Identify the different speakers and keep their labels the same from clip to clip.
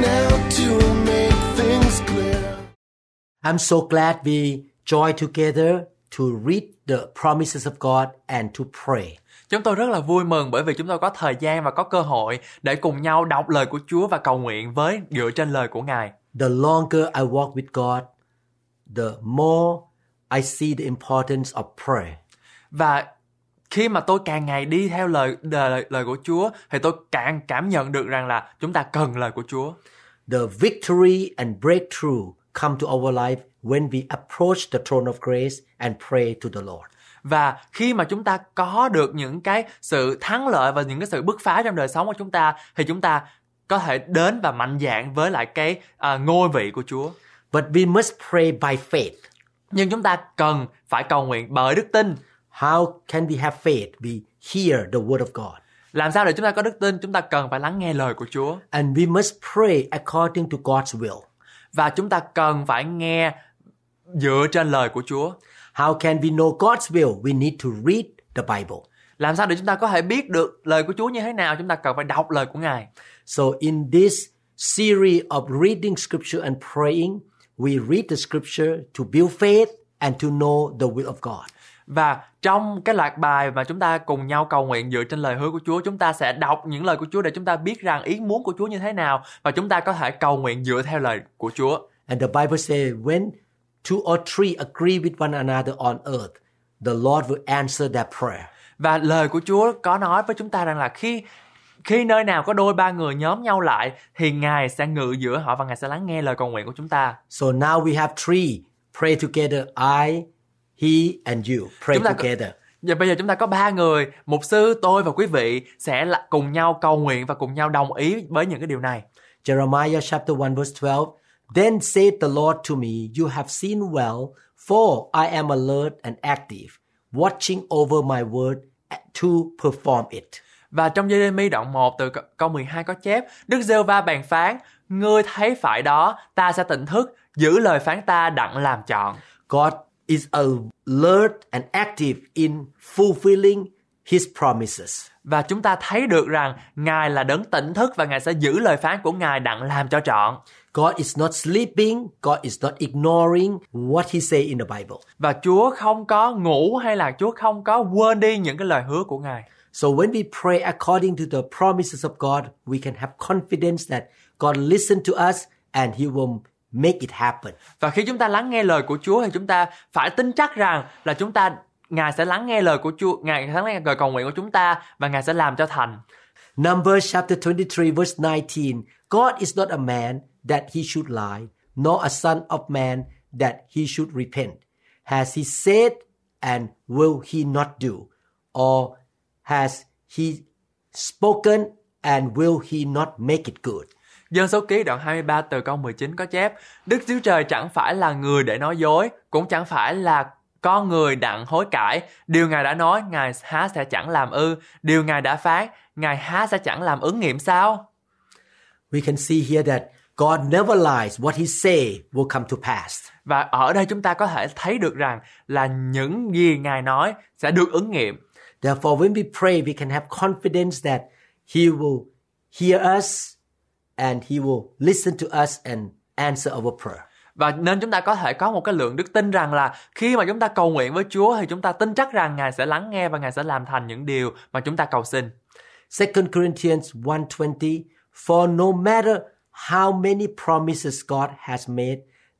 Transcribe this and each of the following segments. Speaker 1: now to make things clear.
Speaker 2: I'm so glad we join together to read the promises of God and to pray.
Speaker 3: Chúng tôi rất là vui mừng bởi vì chúng tôi có thời gian và có cơ hội để cùng nhau đọc lời của Chúa và cầu nguyện với dựa trên lời của Ngài.
Speaker 2: The longer I walk with God, the more I see the importance of prayer.
Speaker 3: Và khi mà tôi càng ngày đi theo lời lời, lời của Chúa thì tôi càng cảm nhận được rằng là chúng ta cần lời của Chúa.
Speaker 2: The victory and breakthrough come to our life when we approach the throne of grace and pray to the Lord.
Speaker 3: Và khi mà chúng ta có được những cái sự thắng lợi và những cái sự bứt phá trong đời sống của chúng ta thì chúng ta có thể đến và mạnh dạn với lại cái à, ngôi vị của Chúa.
Speaker 2: But we must pray by faith.
Speaker 3: Nhưng chúng ta cần phải cầu nguyện bởi đức tin.
Speaker 2: How can we have faith? We hear the word of God.
Speaker 3: Làm sao để chúng ta có đức tin? Chúng ta cần phải lắng nghe lời của Chúa
Speaker 2: And we must pray according to God's will.
Speaker 3: và chúng ta cần phải nghe dựa trên lời của Chúa.
Speaker 2: How can we know God's will? We need to read the Bible.
Speaker 3: Làm sao để chúng ta có thể biết được lời của Chúa như thế nào? Chúng ta cần phải đọc lời của Ngài.
Speaker 2: So, in this series of reading scripture and praying, we read the scripture to build faith and to know the will of God.
Speaker 3: Và trong cái loạt bài mà chúng ta cùng nhau cầu nguyện dựa trên lời hứa của Chúa, chúng ta sẽ đọc những lời của Chúa để chúng ta biết rằng ý muốn của Chúa như thế nào và chúng ta có thể cầu nguyện dựa theo lời của Chúa.
Speaker 2: And the Bible says, when two or three agree with one another on earth, the Lord will answer their prayer.
Speaker 3: Và lời của Chúa có nói với chúng ta rằng là khi khi nơi nào có đôi ba người nhóm nhau lại thì Ngài sẽ ngự giữa họ và Ngài sẽ lắng nghe lời cầu nguyện của chúng ta.
Speaker 2: So now we have three. Pray together. I, he, and you. Pray
Speaker 3: Chúng ta có-
Speaker 2: together.
Speaker 3: Và bây giờ chúng ta có ba người, mục sư, tôi và quý vị sẽ là cùng nhau cầu nguyện và cùng nhau đồng ý với những cái điều này.
Speaker 2: Jeremiah chapter 1 verse 12. Then said the Lord to me, You have seen well, for I am alert and active, watching over my word to perform it.
Speaker 3: Và trong Giê-mi đoạn 1 từ c- câu 12 có chép, Đức giê va bàn phán, ngươi thấy phải đó, ta sẽ tỉnh thức, giữ lời phán ta đặng làm chọn.
Speaker 2: God is alert and active in fulfilling his promises.
Speaker 3: Và chúng ta thấy được rằng Ngài là đấng tỉnh thức và Ngài sẽ giữ lời phán của Ngài đặng làm cho trọn.
Speaker 2: God is not sleeping. God is not ignoring what he say in the Bible.
Speaker 3: Và Chúa không có ngủ hay là Chúa không có quên đi những cái lời hứa của Ngài.
Speaker 2: So when we pray according to the promises of God, we can have confidence that God listen to us and he will make it happen.
Speaker 3: Và khi chúng ta lắng nghe lời của Chúa thì chúng ta phải tin chắc rằng là chúng ta Ngài sẽ lắng nghe lời của Chúa, Ngài sẽ lắng nghe lời cầu nguyện của chúng ta và Ngài sẽ làm cho thành.
Speaker 2: Numbers chapter 23 verse 19. God is not a man that he should lie, nor a son of man that he should repent. Has he said and will he not do? Or has he spoken and will he not make it good?
Speaker 3: Dân số ký đoạn 23 từ câu 19 có chép Đức Chúa Trời chẳng phải là người để nói dối Cũng chẳng phải là con người đặng hối cải Điều Ngài đã nói Ngài há sẽ chẳng làm ư Điều Ngài đã phán Ngài há sẽ chẳng làm ứng nghiệm sao
Speaker 2: We can see here that God never lies. What he say will come to pass.
Speaker 3: Và ở đây chúng ta có thể thấy được rằng Là những gì Ngài nói sẽ được ứng nghiệm
Speaker 2: Therefore, when we pray, we can have confidence that He will hear us and He will listen to us and answer our prayer.
Speaker 3: và nên chúng ta có thể có một cái lượng đức tin rằng là khi mà chúng ta cầu nguyện với Chúa thì chúng ta tin chắc rằng Ngài sẽ lắng nghe và Ngài sẽ làm thành những điều mà chúng ta cầu xin.
Speaker 2: 2 Corinthians 1.20 For no matter how many promises God has made,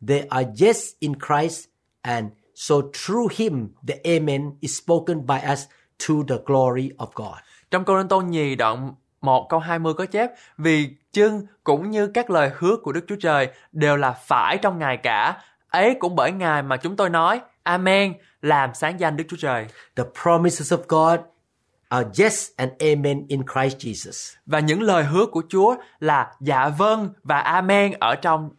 Speaker 2: they are yes in Christ and so through Him the Amen is spoken by us to the glory of God.
Speaker 3: Trong Cô Tô nhì đoạn 1 câu 20 có chép Vì chưng cũng như các lời hứa của Đức Chúa Trời đều là phải trong Ngài cả. Ấy cũng bởi Ngài mà chúng tôi nói Amen làm sáng danh Đức Chúa Trời.
Speaker 2: The promises of God are yes and amen in Christ Jesus.
Speaker 3: Và những lời hứa của Chúa là dạ vâng và amen ở trong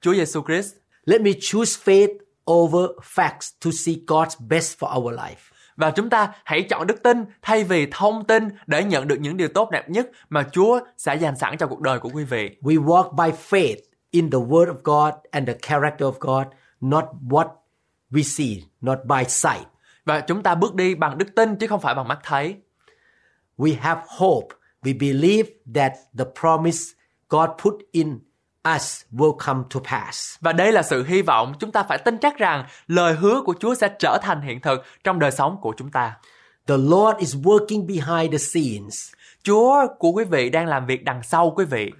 Speaker 3: Chúa Giêsu Christ.
Speaker 2: Let me choose faith over facts to see God's best for our life.
Speaker 3: Và chúng ta hãy chọn đức tin thay vì thông tin để nhận được những điều tốt đẹp nhất mà Chúa sẽ dành sẵn cho cuộc đời của quý vị.
Speaker 2: We walk by faith in the Word of God and the character of God, not what we see, not by sight.
Speaker 3: Và chúng ta bước đi bằng đức tin chứ không phải bằng mắt thấy.
Speaker 2: We have hope. We believe that the promise God put in us will come to pass.
Speaker 3: Và đây là sự hy vọng chúng ta phải tin chắc rằng lời hứa của Chúa sẽ trở thành hiện thực trong đời sống của chúng ta.
Speaker 2: The Lord is working behind the scenes.
Speaker 3: Chúa của quý vị đang làm việc đằng sau quý vị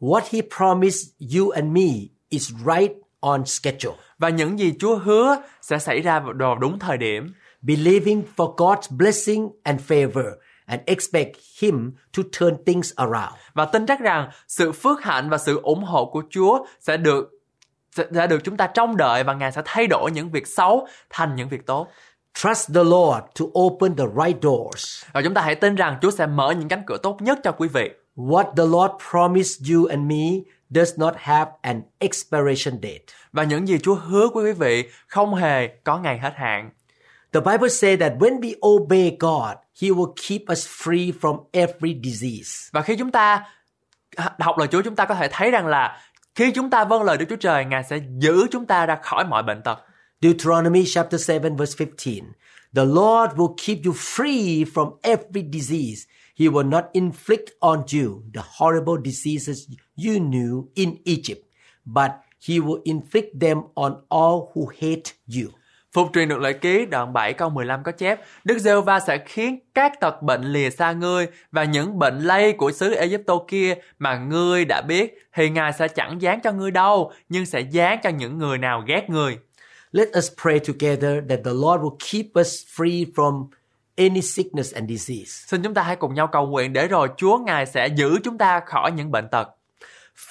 Speaker 2: What He promised you and me is right on schedule.
Speaker 3: và những gì Chúa hứa sẽ xảy ra vào đúng thời điểm.
Speaker 2: Believing for God's blessing and favor and expect Him to turn things around.
Speaker 3: và tin chắc rằng sự phước hạnh và sự ủng hộ của Chúa sẽ được sẽ sẽ được chúng ta trông đợi và Ngài sẽ thay đổi những việc xấu thành những việc tốt.
Speaker 2: Trust the Lord to open the right doors.
Speaker 3: Và chúng ta hãy tin rằng Chúa sẽ mở những cánh cửa tốt nhất cho quý vị.
Speaker 2: What the Lord promised you and me does not have an expiration date.
Speaker 3: Và những gì Chúa hứa với quý vị không hề có ngày hết hạn.
Speaker 2: The Bible says that when we obey God, He will keep us free from every disease.
Speaker 3: Và khi chúng ta học lời Chúa chúng ta có thể thấy rằng là khi chúng ta vâng lời Đức Chúa Trời, Ngài sẽ giữ chúng ta ra khỏi mọi bệnh tật.
Speaker 2: Deuteronomy chapter 7 verse 15. The Lord will keep you free from every disease. He will not inflict on you the horrible diseases you knew in Egypt, but He will inflict them on all who hate you.
Speaker 3: Phục truyền được lợi ký đoạn 7 câu 15 có chép Đức giê va sẽ khiến các tật bệnh lìa xa ngươi và những bệnh lây của xứ Egypto kia mà ngươi đã biết thì Ngài sẽ chẳng dán cho ngươi đâu nhưng sẽ dán cho những người nào ghét ngươi.
Speaker 2: Let us pray together that the Lord will keep us free from any sickness and disease.
Speaker 3: Xin chúng ta hãy cùng nhau cầu nguyện để rồi Chúa Ngài sẽ giữ chúng ta khỏi những bệnh tật.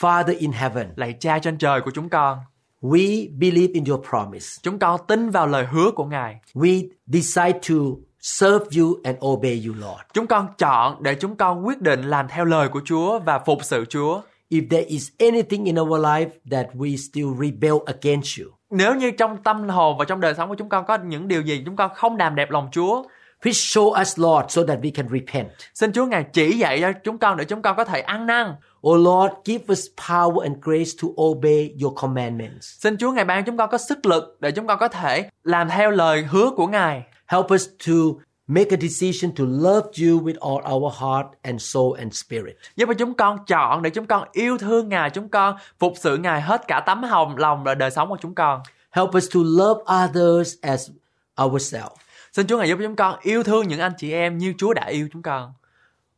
Speaker 2: Father in heaven,
Speaker 3: Lạy cha trên trời của chúng con,
Speaker 2: we believe in your promise.
Speaker 3: chúng con tin vào lời hứa của Ngài.
Speaker 2: We decide to serve you and obey you, Lord.
Speaker 3: Chúng con chọn để chúng con quyết định làm theo lời của Chúa và phục sự Chúa.
Speaker 2: If there is anything in our life that we still rebel against you,
Speaker 3: nếu như trong tâm hồn và trong đời sống của chúng con có những điều gì chúng con không làm đẹp lòng Chúa,
Speaker 2: please show us, Lord, so that we can repent.
Speaker 3: xin Chúa ngài chỉ dạy cho chúng con để chúng con có thể ăn năn.
Speaker 2: Oh Lord, give us power and grace to obey your commandments.
Speaker 3: Xin Chúa ngài ban chúng con có sức lực để chúng con có thể làm theo lời hứa của ngài.
Speaker 2: Help us to make a decision to love you with all our heart and soul and spirit.
Speaker 3: Giúp cho chúng con chọn để chúng con yêu thương ngài, chúng con phục sự ngài hết cả tấm hồng lòng và đời sống của chúng con.
Speaker 2: Help us to love others as ourselves.
Speaker 3: Xin Chúa ngài giúp cho chúng con yêu thương những anh chị em như Chúa đã yêu chúng con.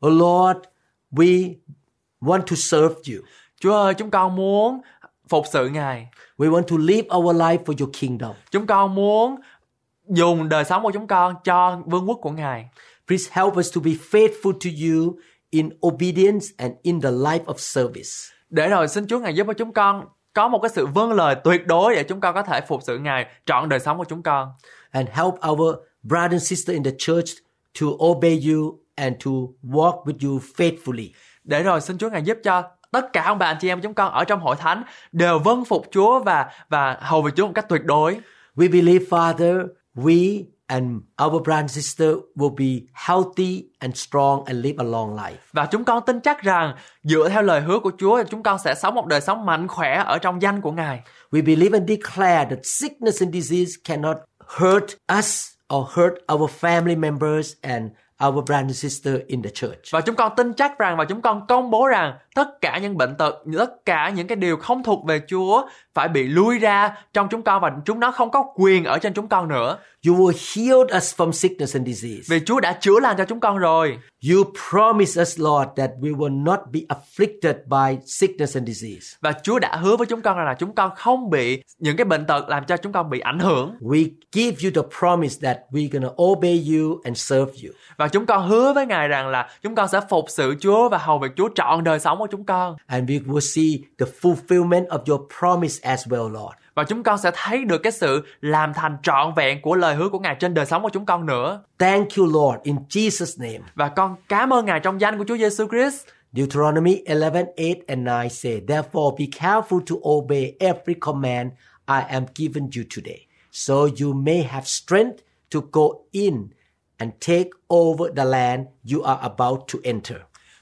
Speaker 2: Oh Lord, we want to serve you.
Speaker 3: Chúa ơi, chúng con muốn phục sự ngài.
Speaker 2: We want to live our life for your kingdom.
Speaker 3: Chúng con muốn dùng đời sống của chúng con cho vương quốc của ngài.
Speaker 2: Please help us to be faithful to you in obedience and in the life of service.
Speaker 3: Để rồi xin Chúa Ngài giúp cho chúng con có một cái sự vâng lời tuyệt đối để chúng con có thể phục sự Ngài trọn đời sống của chúng con.
Speaker 2: And help our brother and sister in the church to obey you and to walk with you faithfully.
Speaker 3: Để rồi xin Chúa Ngài giúp cho tất cả ông bà anh chị em chúng con ở trong hội thánh đều vâng phục Chúa và và hầu về Chúa một cách tuyệt đối.
Speaker 2: We believe, Father, we and our brother and sister will be healthy and strong and live a long life.
Speaker 3: Và chúng con tin chắc rằng dựa theo lời hứa của Chúa chúng con sẽ sống một đời sống mạnh khỏe ở trong danh của Ngài.
Speaker 2: We believe and declare that sickness and disease cannot hurt us or hurt our family members and our brother and sister in the church.
Speaker 3: Và chúng con tin chắc rằng và chúng con công bố rằng tất cả những bệnh tật, tất cả những cái điều không thuộc về Chúa phải bị lui ra trong chúng con và chúng nó không có quyền ở trên chúng con nữa.
Speaker 2: You will heal us from sickness and disease.
Speaker 3: Vì Chúa đã chữa lành cho chúng con rồi.
Speaker 2: You promise us, Lord, that we will not be afflicted by sickness and disease.
Speaker 3: Và Chúa đã hứa với chúng con rằng là chúng con không bị những cái bệnh tật làm cho chúng con bị ảnh hưởng.
Speaker 2: We give you the promise that we're going to obey you and serve you.
Speaker 3: Và chúng con hứa với Ngài rằng là chúng con sẽ phục sự Chúa và hầu việc Chúa trọn đời sống của chúng con.
Speaker 2: And we will see the fulfillment of your promise as well, Lord.
Speaker 3: Và chúng con sẽ thấy được cái sự làm thành trọn vẹn của lời hứa của Ngài trên đời sống của chúng con nữa.
Speaker 2: Thank you, Lord, in Jesus' name.
Speaker 3: Và con cảm ơn Ngài trong danh của Chúa Giêsu Christ.
Speaker 2: Deuteronomy 11, 8 and 9 say, Therefore be careful to obey every command I am giving you today, so you may have strength to go in and take over the land you are about to enter.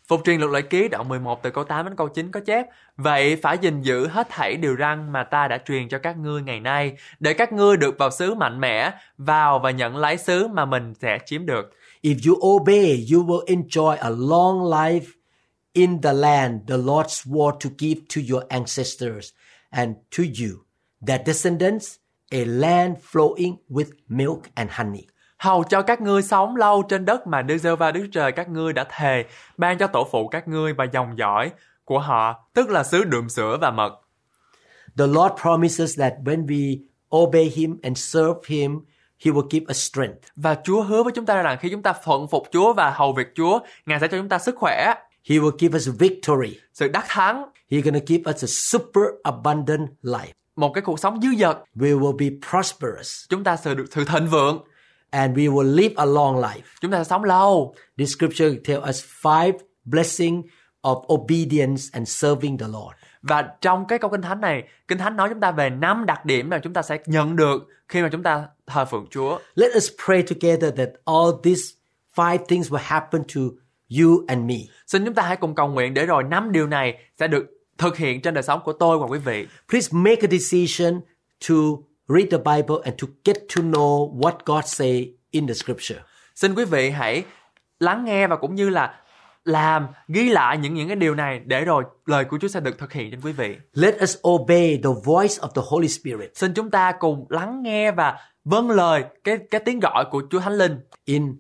Speaker 3: Phục truyền luật lệ ký đoạn 11 từ câu 8 đến câu 9 có chép Vậy phải gìn giữ hết thảy điều răn mà ta đã truyền cho các ngươi ngày nay để các ngươi được vào xứ mạnh mẽ, vào và nhận lấy xứ mà mình sẽ chiếm được.
Speaker 2: If you obey, you will enjoy a long life in the land the Lord swore to give to your ancestors and to you, their descendants, a land flowing with milk and honey.
Speaker 3: Hầu cho các ngươi sống lâu trên đất mà Đức Giê-hô-va Đức Trời các ngươi đã thề, ban cho tổ phụ các ngươi và dòng dõi của họ, tức là xứ đượm sữa và mật.
Speaker 2: The Lord promises that when we obey Him and serve Him, He will give us strength.
Speaker 3: Và Chúa hứa với chúng ta rằng khi chúng ta phận phục Chúa và hầu việc Chúa, Ngài sẽ cho chúng ta sức khỏe,
Speaker 2: He will give us victory.
Speaker 3: sự đắc thắng,
Speaker 2: He's going to give us a super abundant life.
Speaker 3: một cái cuộc sống dư dật.
Speaker 2: We will be prosperous
Speaker 3: Chúng ta sẽ được sự thịnh vượng,
Speaker 2: and we will live a long life.
Speaker 3: chúng ta sẽ sống lâu.
Speaker 2: This scripture tells us five blessing of obedience and serving the Lord.
Speaker 3: Và trong cái câu kinh thánh này, kinh thánh nói chúng ta về năm đặc điểm mà chúng ta sẽ nhận được khi mà chúng ta thờ phượng Chúa.
Speaker 2: Let us pray together that all these five things will happen to you and me.
Speaker 3: Xin chúng ta hãy cùng cầu nguyện để rồi năm điều này sẽ được thực hiện trên đời sống của tôi và quý vị.
Speaker 2: Please make a decision to read the Bible and to get to know what God say in the scripture.
Speaker 3: Xin quý vị hãy lắng nghe và cũng như là làm ghi lại những những cái điều này để rồi lời của Chúa sẽ được thực hiện trên quý vị.
Speaker 2: Let us obey the voice of the Holy Spirit.
Speaker 3: Xin chúng ta cùng lắng nghe và vâng lời cái cái tiếng gọi của Chúa Thánh Linh.
Speaker 2: In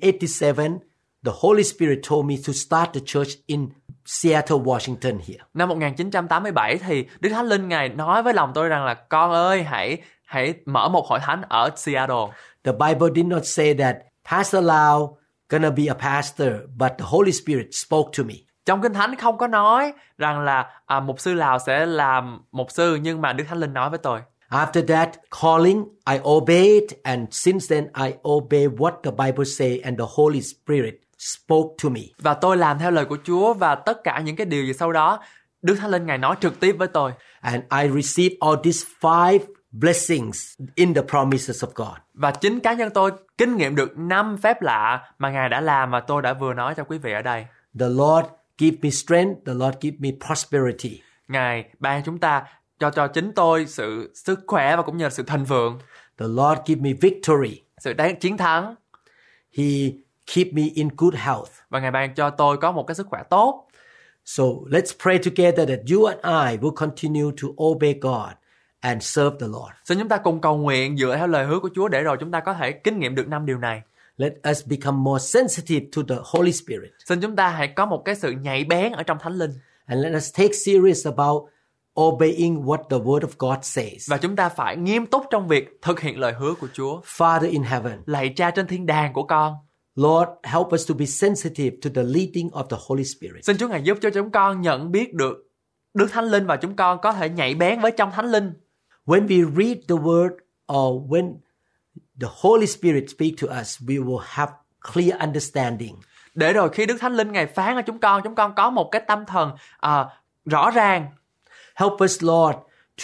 Speaker 2: 1987, the Holy Spirit told me to start the church in Seattle, Washington here.
Speaker 3: Năm 1987 thì Đức Thánh Linh ngài nói với lòng tôi rằng là con ơi hãy hãy mở một hội thánh ở Seattle.
Speaker 2: The Bible did not say that Pastor Lau gonna be a pastor, but the Holy Spirit spoke to me.
Speaker 3: Trong Kinh Thánh không có nói rằng là à, mục sư Lào sẽ làm mục sư nhưng mà Đức Thánh Linh nói với tôi.
Speaker 2: After that calling, I obeyed, and since then I obey what the Bible say, and the Holy Spirit spoke to me.
Speaker 3: Và tôi làm theo lời của Chúa và tất cả những cái điều gì sau đó Đức Thánh Linh ngài nói trực tiếp với tôi
Speaker 2: And I received all these five blessings in the promises of God.
Speaker 3: và chính cá nhân tôi kinh nghiệm được năm phép lạ mà ngài đã làm mà tôi đã vừa nói cho quý vị ở đây.
Speaker 2: The Lord give me strength, the Lord give me prosperity.
Speaker 3: Ngài ban chúng ta cho cho chính tôi sự sức khỏe và cũng như là sự thịnh vượng,
Speaker 2: The Lord give me victory.
Speaker 3: sự đáng chiến thắng
Speaker 2: He keep me in good health.
Speaker 3: và ngài ban cho tôi có một cái sức khỏe tốt.
Speaker 2: So let's pray together that you and I will continue to obey God and serve the Lord.
Speaker 3: Xin chúng ta cùng cầu nguyện dựa theo lời hứa của Chúa để rồi chúng ta có thể kinh nghiệm được năm điều này.
Speaker 2: Let us become more sensitive to the Holy Spirit.
Speaker 3: Xin chúng ta hãy có một cái sự nhạy bén ở trong Thánh Linh
Speaker 2: and let us take serious about obeying what the word of God says.
Speaker 3: và chúng ta phải nghiêm túc trong việc thực hiện lời hứa của Chúa.
Speaker 2: Father in heaven,
Speaker 3: Lạy Cha trên thiên đàng của con,
Speaker 2: Lord, help us to be sensitive to the leading of the Holy Spirit.
Speaker 3: xin Chúa ngài giúp cho chúng con nhận biết được Đức Thánh Linh và chúng con có thể nhạy bén với trong Thánh Linh.
Speaker 2: When we read the word or when the Holy Spirit speak to us, we will have clear understanding.
Speaker 3: Để rồi khi Đức Thánh Linh ngài phán cho chúng con, chúng con có một cái tâm thần à, rõ ràng
Speaker 2: Help us, Lord,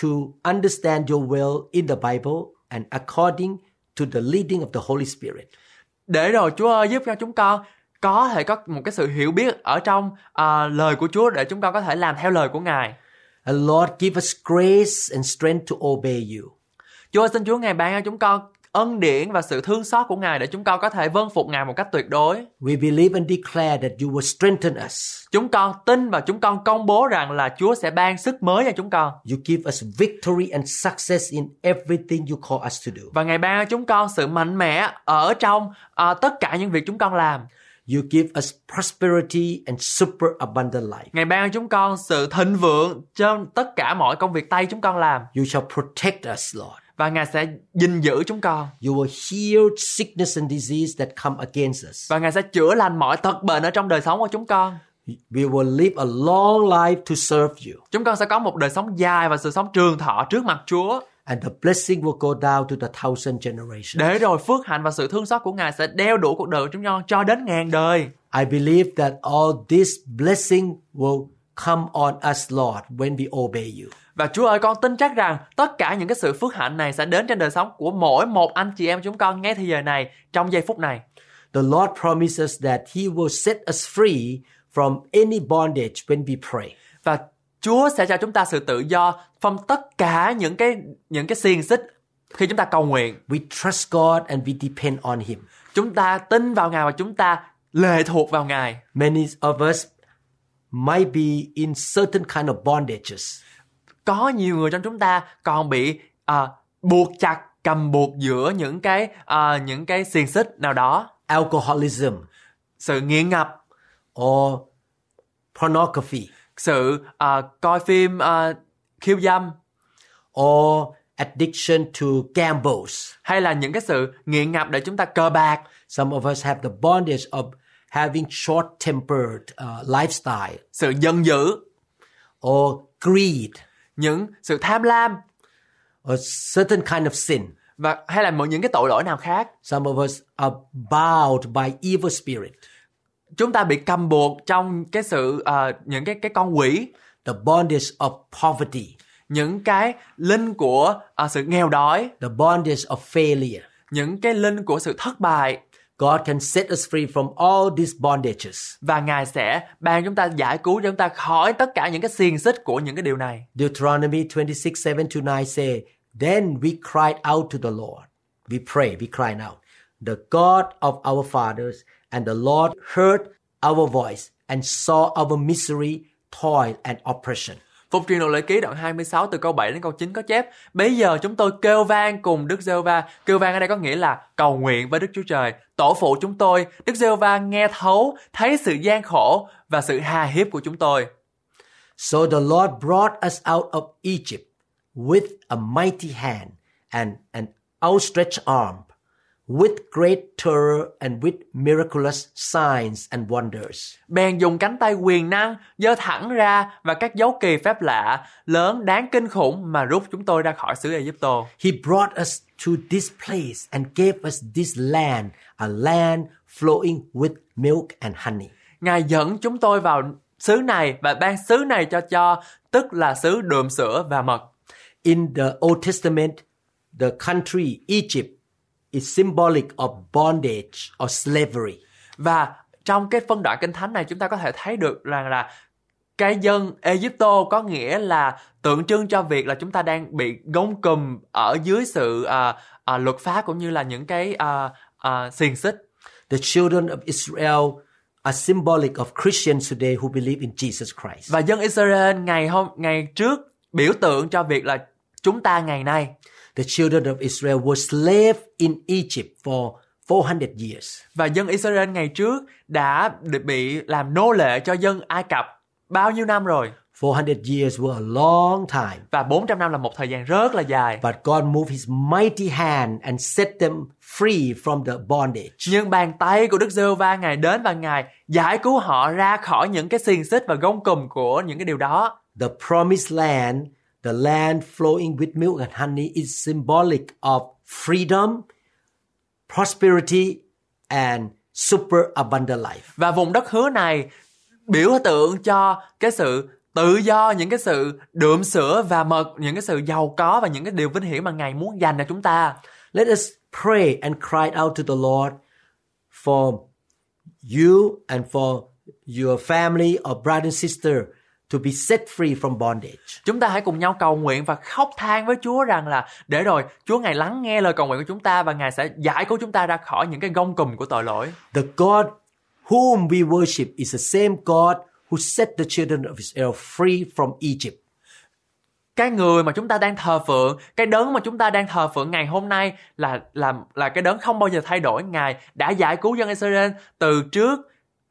Speaker 2: to understand your will in the Bible and according to the leading of the Holy Spirit.
Speaker 3: để rồi Chúa ơi giúp cho chúng con có thể có một cái sự hiểu biết ở trong à, lời của Chúa để chúng con có thể làm theo lời của Ngài.
Speaker 2: And Lord, give us grace and strength to obey you.
Speaker 3: Chúa ơi, xin Chúa Ngài ban cho chúng con ân điển và sự thương xót của Ngài để chúng con có thể vâng phục Ngài một cách tuyệt đối.
Speaker 2: We believe and declare that you will strengthen us.
Speaker 3: Chúng con tin và chúng con công bố rằng là Chúa sẽ ban sức mới cho chúng con
Speaker 2: You give us victory and success in everything you call us to do.
Speaker 3: và Ngài ban cho chúng con sự mạnh mẽ ở trong à, tất cả những việc chúng con làm.
Speaker 2: You give us prosperity and super abundant life.
Speaker 3: Ngài ban cho chúng con sự thịnh vượng trên tất cả mọi công việc tay chúng con làm
Speaker 2: You shall protect us, Lord.
Speaker 3: và Ngài sẽ gìn giữ chúng con.
Speaker 2: You will heal sickness and disease that come against us.
Speaker 3: và Ngài sẽ chữa lành mọi tật bệnh ở trong đời sống của chúng con.
Speaker 2: We will live a long life to serve you.
Speaker 3: Chúng con sẽ có một đời sống dài và sự sống trường thọ trước mặt Chúa.
Speaker 2: and the blessing will go down to the thousand generations.
Speaker 3: Để rồi phước hạnh và sự thương xót của Ngài sẽ đeo đuổi cuộc đời của chúng con cho đến ngàn đời.
Speaker 2: I believe that all this blessing will come on us, Lord, when we obey you.
Speaker 3: Và Chúa ơi con tin chắc rằng tất cả những cái sự phước hạnh này sẽ đến trên đời sống của mỗi một anh chị em chúng con ngay thời giờ này trong giây phút này.
Speaker 2: The Lord promises that He will set us free from any bondage when we pray.
Speaker 3: Và Chúa sẽ cho chúng ta sự tự do from tất cả những cái những cái xiềng xích khi chúng ta cầu nguyện.
Speaker 2: We trust God and we depend on Him.
Speaker 3: Chúng ta tin vào Ngài và chúng ta lệ thuộc vào Ngài.
Speaker 2: Many of us might be in certain kind of bondages.
Speaker 3: Có nhiều người trong chúng ta còn bị à, buộc chặt cầm buộc giữa những cái à, những cái xiềng xích nào đó,
Speaker 2: Alcoholism
Speaker 3: sự nghiện ngập,
Speaker 2: or pornography
Speaker 3: sự à, coi phim à, khiêu dâm
Speaker 2: or addiction to gambles.
Speaker 3: hay là những cái sự nghiện ngập để chúng ta cờ bạc.
Speaker 2: Some of us have the bondage of having short-tempered uh, lifestyle
Speaker 3: sự giận dữ,
Speaker 2: or greed
Speaker 3: những sự tham lam
Speaker 2: or certain kind of sin.
Speaker 3: và hay là một những cái tội lỗi nào khác.
Speaker 2: Some of us are bound by evil spirit.
Speaker 3: Chúng ta bị cầm buộc trong cái sự ờ, những cái cái con quỷ,
Speaker 2: The bondage of poverty,
Speaker 3: những cái linh của ờ, sự nghèo đói,
Speaker 2: the bondage of failure.
Speaker 3: những cái linh của sự thất bại
Speaker 2: God can set us free from all these bondages.
Speaker 3: và Ngài sẽ ban chúng ta giải cứu cho chúng ta khỏi tất cả những cái xiềng xích của những cái điều này.
Speaker 2: Deuteronomy 26, 7 to 9 say, Then we cried out to the Lord. We pray, we cried out. The God of our fathers and the Lord heard our voice and saw our misery, toil, and oppression.
Speaker 3: Phục truyền luật lệ ký đoạn 26 từ câu 7 đến câu 9 có chép Bây giờ chúng tôi kêu vang cùng Đức giê va Kêu vang ở đây có nghĩa là cầu nguyện với Đức Chúa Trời Tổ phụ chúng tôi, Đức giê va nghe thấu, thấy sự gian khổ và sự hà hiếp của chúng tôi
Speaker 2: So the Lord brought us out of Egypt with a mighty hand and an outstretched arm, with great terror and with miraculous signs and wonders.
Speaker 3: Bèn dùng cánh tay quyền năng, giơ thẳng ra và các dấu kỳ phép lạ lớn đáng kinh khủng mà rút chúng tôi ra khỏi xứ Ai Cập.
Speaker 2: He brought us to this place and gave us this land, a land flowing with milk and honey.
Speaker 3: Ngài dẫn chúng tôi vào xứ này và ban xứ này cho cho, tức là xứ đượm sữa và mật.
Speaker 2: In the Old Testament, the country Egypt is symbolic of bondage or slavery.
Speaker 3: Và trong cái phân đoạn kinh thánh này chúng ta có thể thấy được rằng là cái dân Egypto có nghĩa là tượng trưng cho việc là chúng ta đang bị gông cùm ở dưới sự à, à, luật pháp cũng như là những cái à, à, xiềng xích.
Speaker 2: The children of Israel are symbolic of Christians today who believe in Jesus Christ.
Speaker 3: Và dân Israel ngày hôm ngày trước biểu tượng cho việc là chúng ta ngày nay
Speaker 2: The children of Israel were slaves in Egypt for 400 years.
Speaker 3: và dân Israel ngày trước đã được bị làm nô lệ cho dân Ai Cập bao nhiêu năm rồi
Speaker 2: 400 years were a long time.
Speaker 3: và 400 năm là một thời gian rất là dài.
Speaker 2: But God moved his mighty hand and set them free from the bondage.
Speaker 3: Nhưng bàn tay của Đức giê va Ngài đến và Ngài giải cứu họ ra khỏi những cái xiềng xích và gông cùm của những cái điều đó.
Speaker 2: The promised land, the land flowing with milk and honey, is symbolic of freedom, prosperity, and superabundant life.
Speaker 3: Và vùng đất hứa này biểu tượng cho cái sự tự do, những cái sự đượm sữa và mật, những cái sự giàu có và những cái điều vinh hiển mà Ngài muốn dành cho chúng ta.
Speaker 2: Let us pray and cry out to the Lord for you and for your family or brother and sister to be set free from bondage.
Speaker 3: Chúng ta hãy cùng nhau cầu nguyện và khóc than với Chúa rằng là để rồi Chúa Ngài lắng nghe lời cầu nguyện của chúng ta và Ngài sẽ giải cứu chúng ta ra khỏi những cái gông cùm của tội lỗi.
Speaker 2: The God whom we worship is the same God who set the children of Israel free from Egypt.
Speaker 3: cái người mà chúng ta đang thờ phượng, cái đấng mà chúng ta đang thờ phượng ngày hôm nay là là là cái đấng không bao giờ thay đổi. Ngài đã giải cứu dân Israel từ trước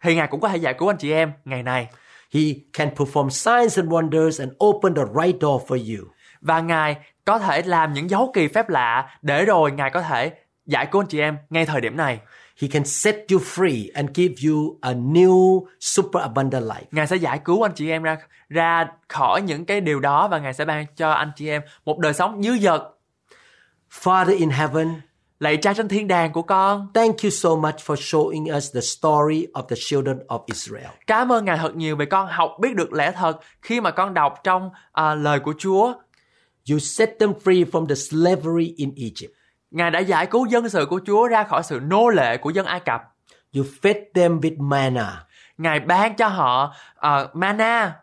Speaker 3: thì Ngài cũng có thể giải cứu anh chị em ngày này.
Speaker 2: He can perform signs and wonders and open the right door for you.
Speaker 3: Và Ngài có thể làm những dấu kỳ phép lạ để rồi Ngài có thể giải cứu anh chị em ngay thời điểm này.
Speaker 2: He can set you free and give you a new superabundant life.
Speaker 3: Ngài sẽ giải cứu anh chị em ra ra khỏi những cái điều đó và Ngài sẽ ban cho anh chị em một đời sống dư dật
Speaker 2: Father in heaven,
Speaker 3: Lạy cha trên thiên đàng của con,
Speaker 2: thank you so much for showing us the story of the children of Israel.
Speaker 3: cảm ơn Ngài thật nhiều vì con học biết được lẽ thật khi mà con đọc trong à, lời của Chúa.
Speaker 2: You set them free from the slavery in Egypt.
Speaker 3: Ngài đã giải cứu dân sự của Chúa ra khỏi sự nô lệ của dân Ai Cập.
Speaker 2: You fed them with manna.
Speaker 3: Ngài ban cho họ ờ, mana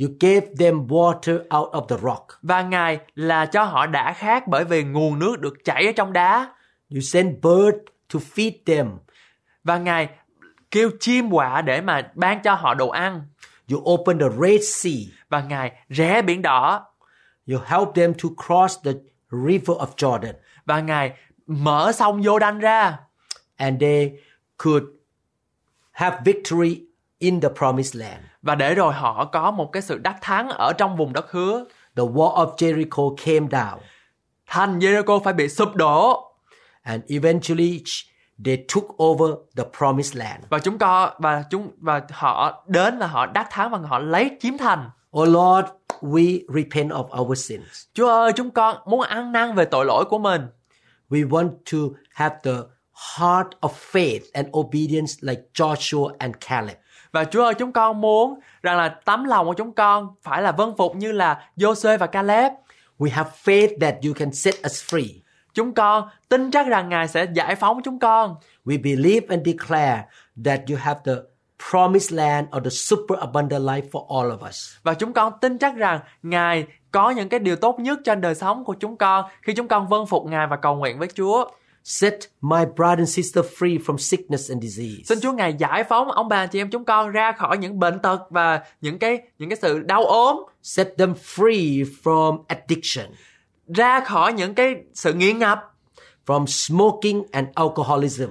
Speaker 2: You gave them water out of the rock.
Speaker 3: và Ngài là cho họ đã khát bởi vì nguồn nước được chảy ở trong đá
Speaker 2: You sent birds to feed them.
Speaker 3: và Ngài kêu chim quạ để mà ban cho họ đồ ăn
Speaker 2: You opened the Red Sea.
Speaker 3: và Ngài rẽ biển đỏ
Speaker 2: You helped them to cross the river of Jordan.
Speaker 3: và Ngài mở sông vô đanh ra
Speaker 2: And they could have victory in the promised land.
Speaker 3: và để rồi họ có một cái sự đắc thắng ở trong vùng đất hứa
Speaker 2: The wall of Jericho came down.
Speaker 3: thành Jericho phải bị sụp đổ
Speaker 2: And eventually they took over the promised land.
Speaker 3: và chúng con và chúng và họ đến và họ đắc thắng và họ lấy chiếm thành
Speaker 2: Oh Lord, we repent of our sins.
Speaker 3: Chúa ơi chúng con muốn ăn năn về tội lỗi của mình
Speaker 2: We want to have the heart of faith and obedience like Joshua and Caleb.
Speaker 3: Và Chúa ơi chúng con muốn rằng là tấm lòng của chúng con phải là vâng phục như là Jose và Caleb.
Speaker 2: We have faith that you can set us free.
Speaker 3: Chúng con tin chắc rằng Ngài sẽ giải phóng chúng con.
Speaker 2: We believe and declare that you have the promised land or the superabundant life for all of us.
Speaker 3: Và chúng con tin chắc rằng Ngài có những cái điều tốt nhất trên đời sống của chúng con khi chúng con vâng phục Ngài và cầu nguyện với Chúa.
Speaker 2: Set my brother and sister free from sickness and disease.
Speaker 3: Xin Chúa Ngài giải phóng ông bà chị em chúng con ra khỏi những bệnh tật và những cái những cái sự đau ốm,
Speaker 2: Set them free from addiction,
Speaker 3: ra khỏi những cái sự nghiện ngập,
Speaker 2: from smoking and alcoholism.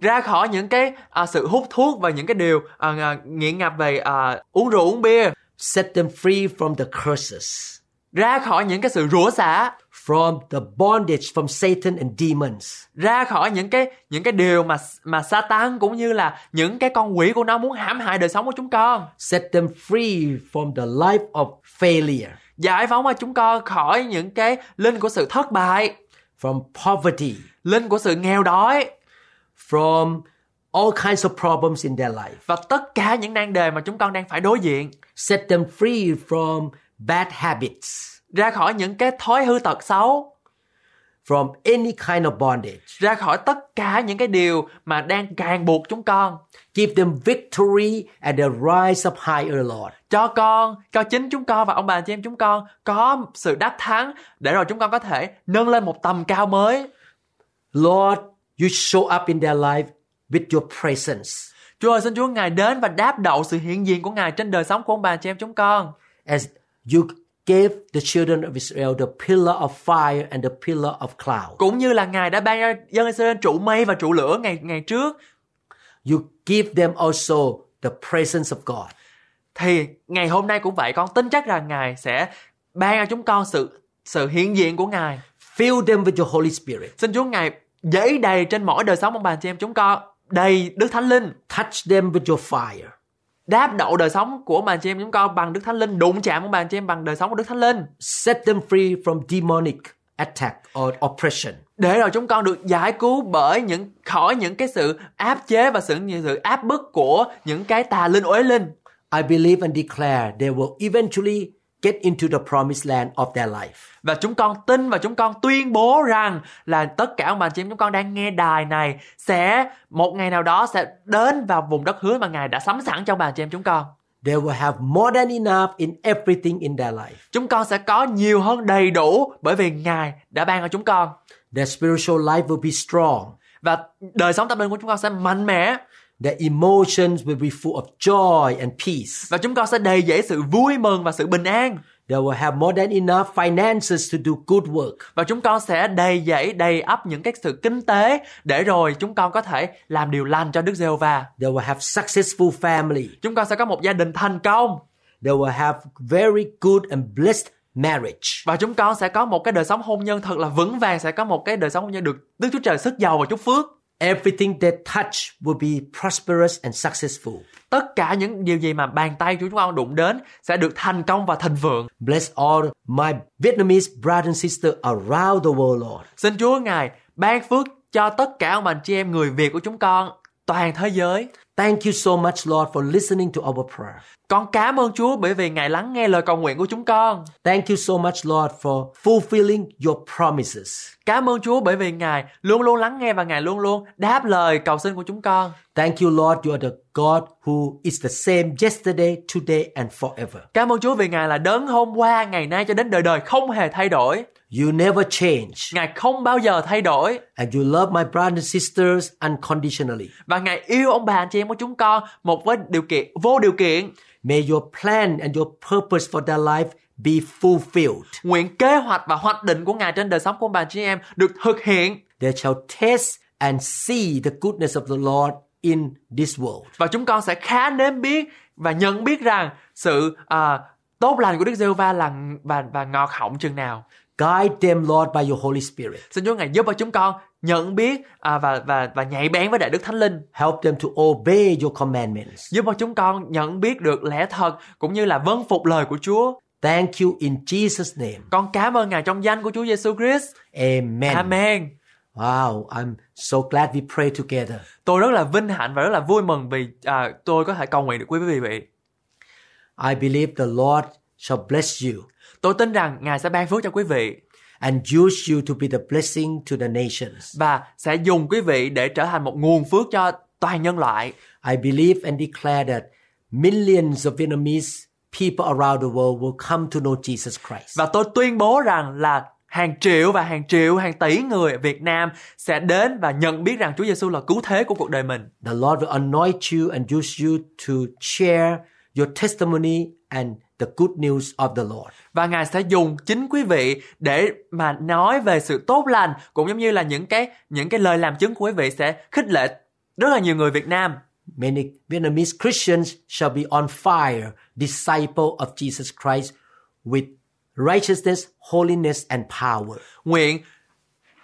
Speaker 3: ra khỏi những cái à, sự hút thuốc và những cái điều à, à, nghiện ngập về à, uống rượu uống bia.
Speaker 2: Set them free from the curses,
Speaker 3: ra khỏi những cái sự rủa xả
Speaker 2: from the bondage from Satan and demons.
Speaker 3: ra khỏi những cái những cái điều mà mà Satan cũng như là những cái con quỷ của nó muốn hãm hại đời sống của chúng con
Speaker 2: Set them free from the life of failure,
Speaker 3: giải phóng cho chúng con khỏi những cái linh của sự thất bại
Speaker 2: from poverty,
Speaker 3: linh của sự nghèo đói
Speaker 2: from all kinds of problems in their life.
Speaker 3: và tất cả những nan đề mà chúng con đang phải đối diện
Speaker 2: set them free from bad habits,
Speaker 3: ra khỏi những cái thói hư tật xấu
Speaker 2: from any kind of bondage.
Speaker 3: ra khỏi tất cả những cái điều mà đang ràng buộc chúng con
Speaker 2: Give them victory and the rise up higher, Lord.
Speaker 3: cho con cho chính chúng con và ông bà chị em chúng con có sự đắc thắng để rồi chúng con có thể nâng lên một tầm cao mới
Speaker 2: Lord, you show up in their life with your presence.
Speaker 3: Chúa ơi xin Chúa Ngài đến và đáp đậu sự hiện diện của Ngài trên đời sống của ông bà chị em chúng con.
Speaker 2: As you gave the children of Israel the pillar of fire and the pillar of cloud,
Speaker 3: Cũng như là Ngài đã ban cho dân Israel trụ mây và trụ lửa ngày ngày trước
Speaker 2: you give them also the presence of God.
Speaker 3: thì ngày hôm nay cũng vậy con tin chắc rằng Ngài sẽ ban cho chúng con sự sự hiện diện của Ngài.
Speaker 2: Fill them with your Holy Spirit.
Speaker 3: Xin Chúa Ngài dẫy đầy trên mỗi đời sống ông bà chị em chúng con đầy Đức Thánh Linh,
Speaker 2: Touch them with your fire.
Speaker 3: đáp đậu đời sống của ông bà chị em chúng con bằng Đức Thánh Linh, đụng chạm ông bà chị em bằng đời sống của Đức Thánh Linh.
Speaker 2: Set them free from demonic attack or oppression.
Speaker 3: để rồi chúng con được giải cứu bởi những khỏi những cái sự áp chế và sự những sự áp bức của những cái tà linh uế linh
Speaker 2: I believe and declare they will eventually get into the promised land of their life.
Speaker 3: và chúng con tin và chúng con tuyên bố rằng là tất cả ông bà chị em chúng con đang nghe đài này sẽ một ngày nào đó sẽ đến vào vùng đất hứa mà ngài đã sắm sẵn cho ông bà chị em chúng con
Speaker 2: They will have more than enough in everything in their life.
Speaker 3: chúng con sẽ có nhiều hơn đầy đủ bởi vì ngài đã ban cho chúng con
Speaker 2: Their spiritual life will be strong.
Speaker 3: và đời sống tâm linh của chúng con sẽ mạnh mẽ
Speaker 2: Their emotions will be full of joy and peace.
Speaker 3: và chúng con sẽ đầy dẫy sự vui mừng và sự bình an
Speaker 2: They will have more than enough finances to do good work.
Speaker 3: và chúng con sẽ đầy dẫy đầy ắp những cái sự kinh tế để rồi chúng con có thể làm điều lành cho Đức Giê-hô-va.
Speaker 2: They will have successful family.
Speaker 3: Chúng con sẽ có một gia đình thành công
Speaker 2: They will have very good and blessed marriage.
Speaker 3: và chúng con sẽ có một cái đời sống hôn nhân thật là vững vàng, sẽ có một cái đời sống hôn nhân được Đức Chúa Trời sức giàu và chúc phước.
Speaker 2: Everything they touch will be prosperous and successful.
Speaker 3: Tất cả những điều gì mà bàn tay của chúng con đụng đến sẽ được thành công và thịnh vượng.
Speaker 2: Bless all my Vietnamese brothers and sisters around the world, Lord.
Speaker 3: Xin Chúa Ngài ban phước cho tất cả ông bà chị em người Việt của chúng con toàn thế giới.
Speaker 2: Thank you so much, Lord, for listening to our prayer.
Speaker 3: Con cảm ơn Chúa bởi vì Ngài lắng nghe lời cầu nguyện của chúng con.
Speaker 2: Thank you so much, Lord, for fulfilling your promises.
Speaker 3: Cảm ơn Chúa bởi vì Ngài luôn luôn lắng nghe và Ngài luôn luôn đáp lời cầu xin của chúng con.
Speaker 2: Thank you, Lord, you are the God who is the same yesterday, today, and forever.
Speaker 3: Cảm ơn Chúa vì Ngài là đấng hôm qua, ngày nay cho đến đời đời không hề thay đổi.
Speaker 2: You never change,
Speaker 3: Ngài không bao giờ thay đổi
Speaker 2: and you love my brothers and sisters unconditionally.
Speaker 3: và Ngài yêu ông bà anh chị em của chúng con một với điều kiện vô điều kiện.
Speaker 2: May your plan and your purpose for their life be fulfilled.
Speaker 3: Nguyện kế hoạch và hoạch định của Ngài trên đời sống của ông bà anh chị em được thực hiện
Speaker 2: They shall taste and see the goodness of the Lord in this world.
Speaker 3: và chúng con sẽ khá nếm biết và nhận biết rằng sự à, tốt lành của Đức Giê-hô-va là và và ngọt họng chừng nào.
Speaker 2: Guide them, Lord, by your Holy Spirit.
Speaker 3: Xin Chúa ngài giúp cho chúng con nhận biết à, và và và nhạy bén với đại đức thánh linh,
Speaker 2: Help them to obey your commandments.
Speaker 3: giúp cho chúng con nhận biết được lẽ thật cũng như là vâng phục lời của Chúa.
Speaker 2: Thank you in Jesus' name.
Speaker 3: Con cảm ơn ngài trong danh của Chúa Giêsu Christ.
Speaker 2: Amen.
Speaker 3: Amen.
Speaker 2: Wow, I'm so glad we pray together.
Speaker 3: Tôi rất là vinh hạnh và rất là vui mừng vì à, tôi có thể cầu nguyện được quý vị vị.
Speaker 2: I believe the Lord shall bless you
Speaker 3: Tôi tin rằng ngài sẽ ban phước cho quý vị
Speaker 2: and use you to be the blessing to the nations.
Speaker 3: và sẽ dùng quý vị để trở thành một nguồn phước cho toàn nhân loại.
Speaker 2: I believe and declare that millions of Vietnamese people around the world will come to know Jesus Christ.
Speaker 3: Và tôi tuyên bố rằng là hàng triệu và hàng triệu, hàng tỷ người ở Việt Nam sẽ đến và nhận biết rằng Chúa Giêsu là cứu thế của cuộc đời mình.
Speaker 2: The Lord will anoint you and use you to share your testimony and the good news of the Lord.
Speaker 3: Và Ngài sẽ dùng chính quý vị để mà nói về sự tốt lành cũng giống như là những cái những cái lời làm chứng của quý vị sẽ khích lệ rất là nhiều người Việt Nam.
Speaker 2: Many Vietnamese Christians shall be on fire, disciple of Jesus Christ with righteousness, holiness and power.
Speaker 3: Nguyện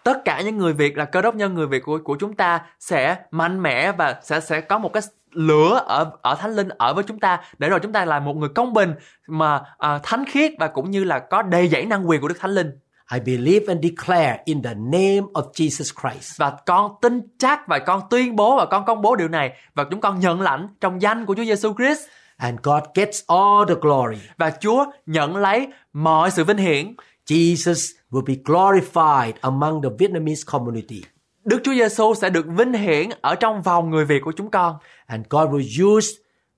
Speaker 3: tất cả những người Việt là cơ đốc nhân người Việt của của chúng ta sẽ mạnh mẽ và sẽ sẽ có một cái lửa ở ở thánh linh ở với chúng ta để rồi chúng ta là một người công bình mà à, thánh khiết và cũng như là có đầy dẫy năng quyền của Đức Thánh Linh
Speaker 2: I believe and declare in the name of Jesus Christ.
Speaker 3: và con tin chắc và con tuyên bố và con công bố điều này và chúng con nhận lãnh trong danh của Chúa Giêsu Christ
Speaker 2: And God gets all the glory.
Speaker 3: và Chúa nhận lấy mọi sự vinh hiển
Speaker 2: Jesus will be glorified among the Vietnamese community.
Speaker 3: Đức Chúa Giêsu sẽ được vinh hiển ở trong vòng người Việt của chúng con
Speaker 2: And God will use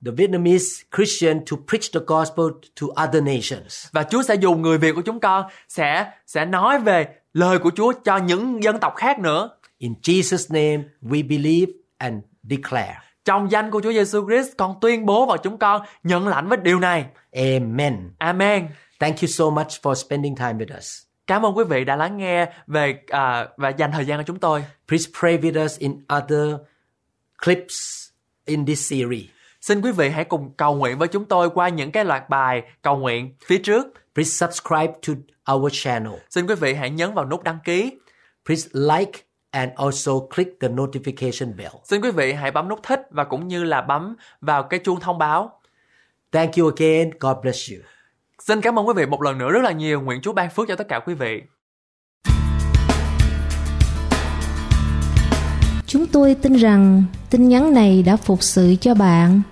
Speaker 2: the Vietnamese Christian to preach the gospel to other nations.
Speaker 3: và Chúa sẽ dùng người Việt của chúng con sẽ sẽ nói về lời của Chúa cho những dân tộc khác nữa.
Speaker 2: In Jesus' name, we believe and declare.
Speaker 3: Trong danh của Chúa Giêsu Christ, con tuyên bố và chúng con nhận lãnh với điều này.
Speaker 2: Amen.
Speaker 3: Amen.
Speaker 2: Thank you so much for spending time with us.
Speaker 3: Cảm ơn quý vị đã lắng nghe về à, và dành thời gian cho chúng tôi.
Speaker 2: Please pray with us in other clips in this series.
Speaker 3: Xin quý vị hãy cùng cầu nguyện với chúng tôi qua những cái loạt bài cầu nguyện phía trước.
Speaker 2: Please subscribe to our channel.
Speaker 3: Xin quý vị hãy nhấn vào nút đăng ký.
Speaker 2: Please like and also click the notification bell.
Speaker 3: Xin quý vị hãy bấm nút thích và cũng như là bấm vào cái chuông thông báo.
Speaker 2: Thank you again. God bless you.
Speaker 3: Xin cảm ơn quý vị một lần nữa rất là nhiều. Nguyện Chúa ban phước cho tất cả quý vị.
Speaker 4: Chúng tôi tin rằng tin nhắn này đã phục sự cho bạn.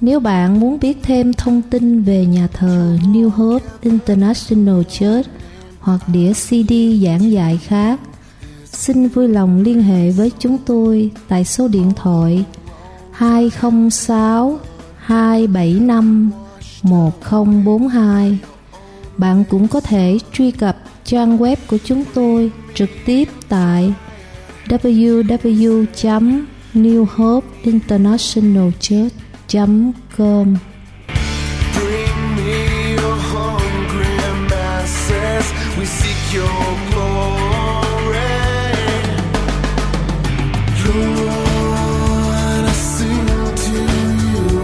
Speaker 4: Nếu bạn muốn biết thêm thông tin về nhà thờ New Hope International Church hoặc đĩa CD giảng dạy khác, xin vui lòng liên hệ với chúng tôi tại số điện thoại 206 275 1042. Bạn cũng có thể truy cập trang web của chúng tôi trực tiếp tại www.newhopeinternationalchurch.com
Speaker 1: Bring me your hungry masses. We seek your glory. Lord, I sing to you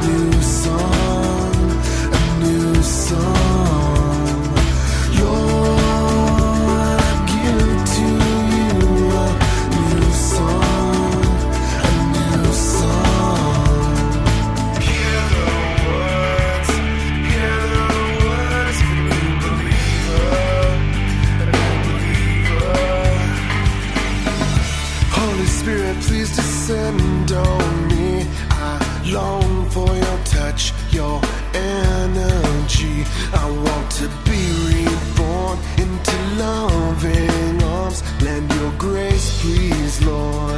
Speaker 1: a new song, a new song. Lord, I give to you a new song. Please descend on me. I long for your touch, your energy. I want to be reborn into loving arms. Lend your grace, please, Lord.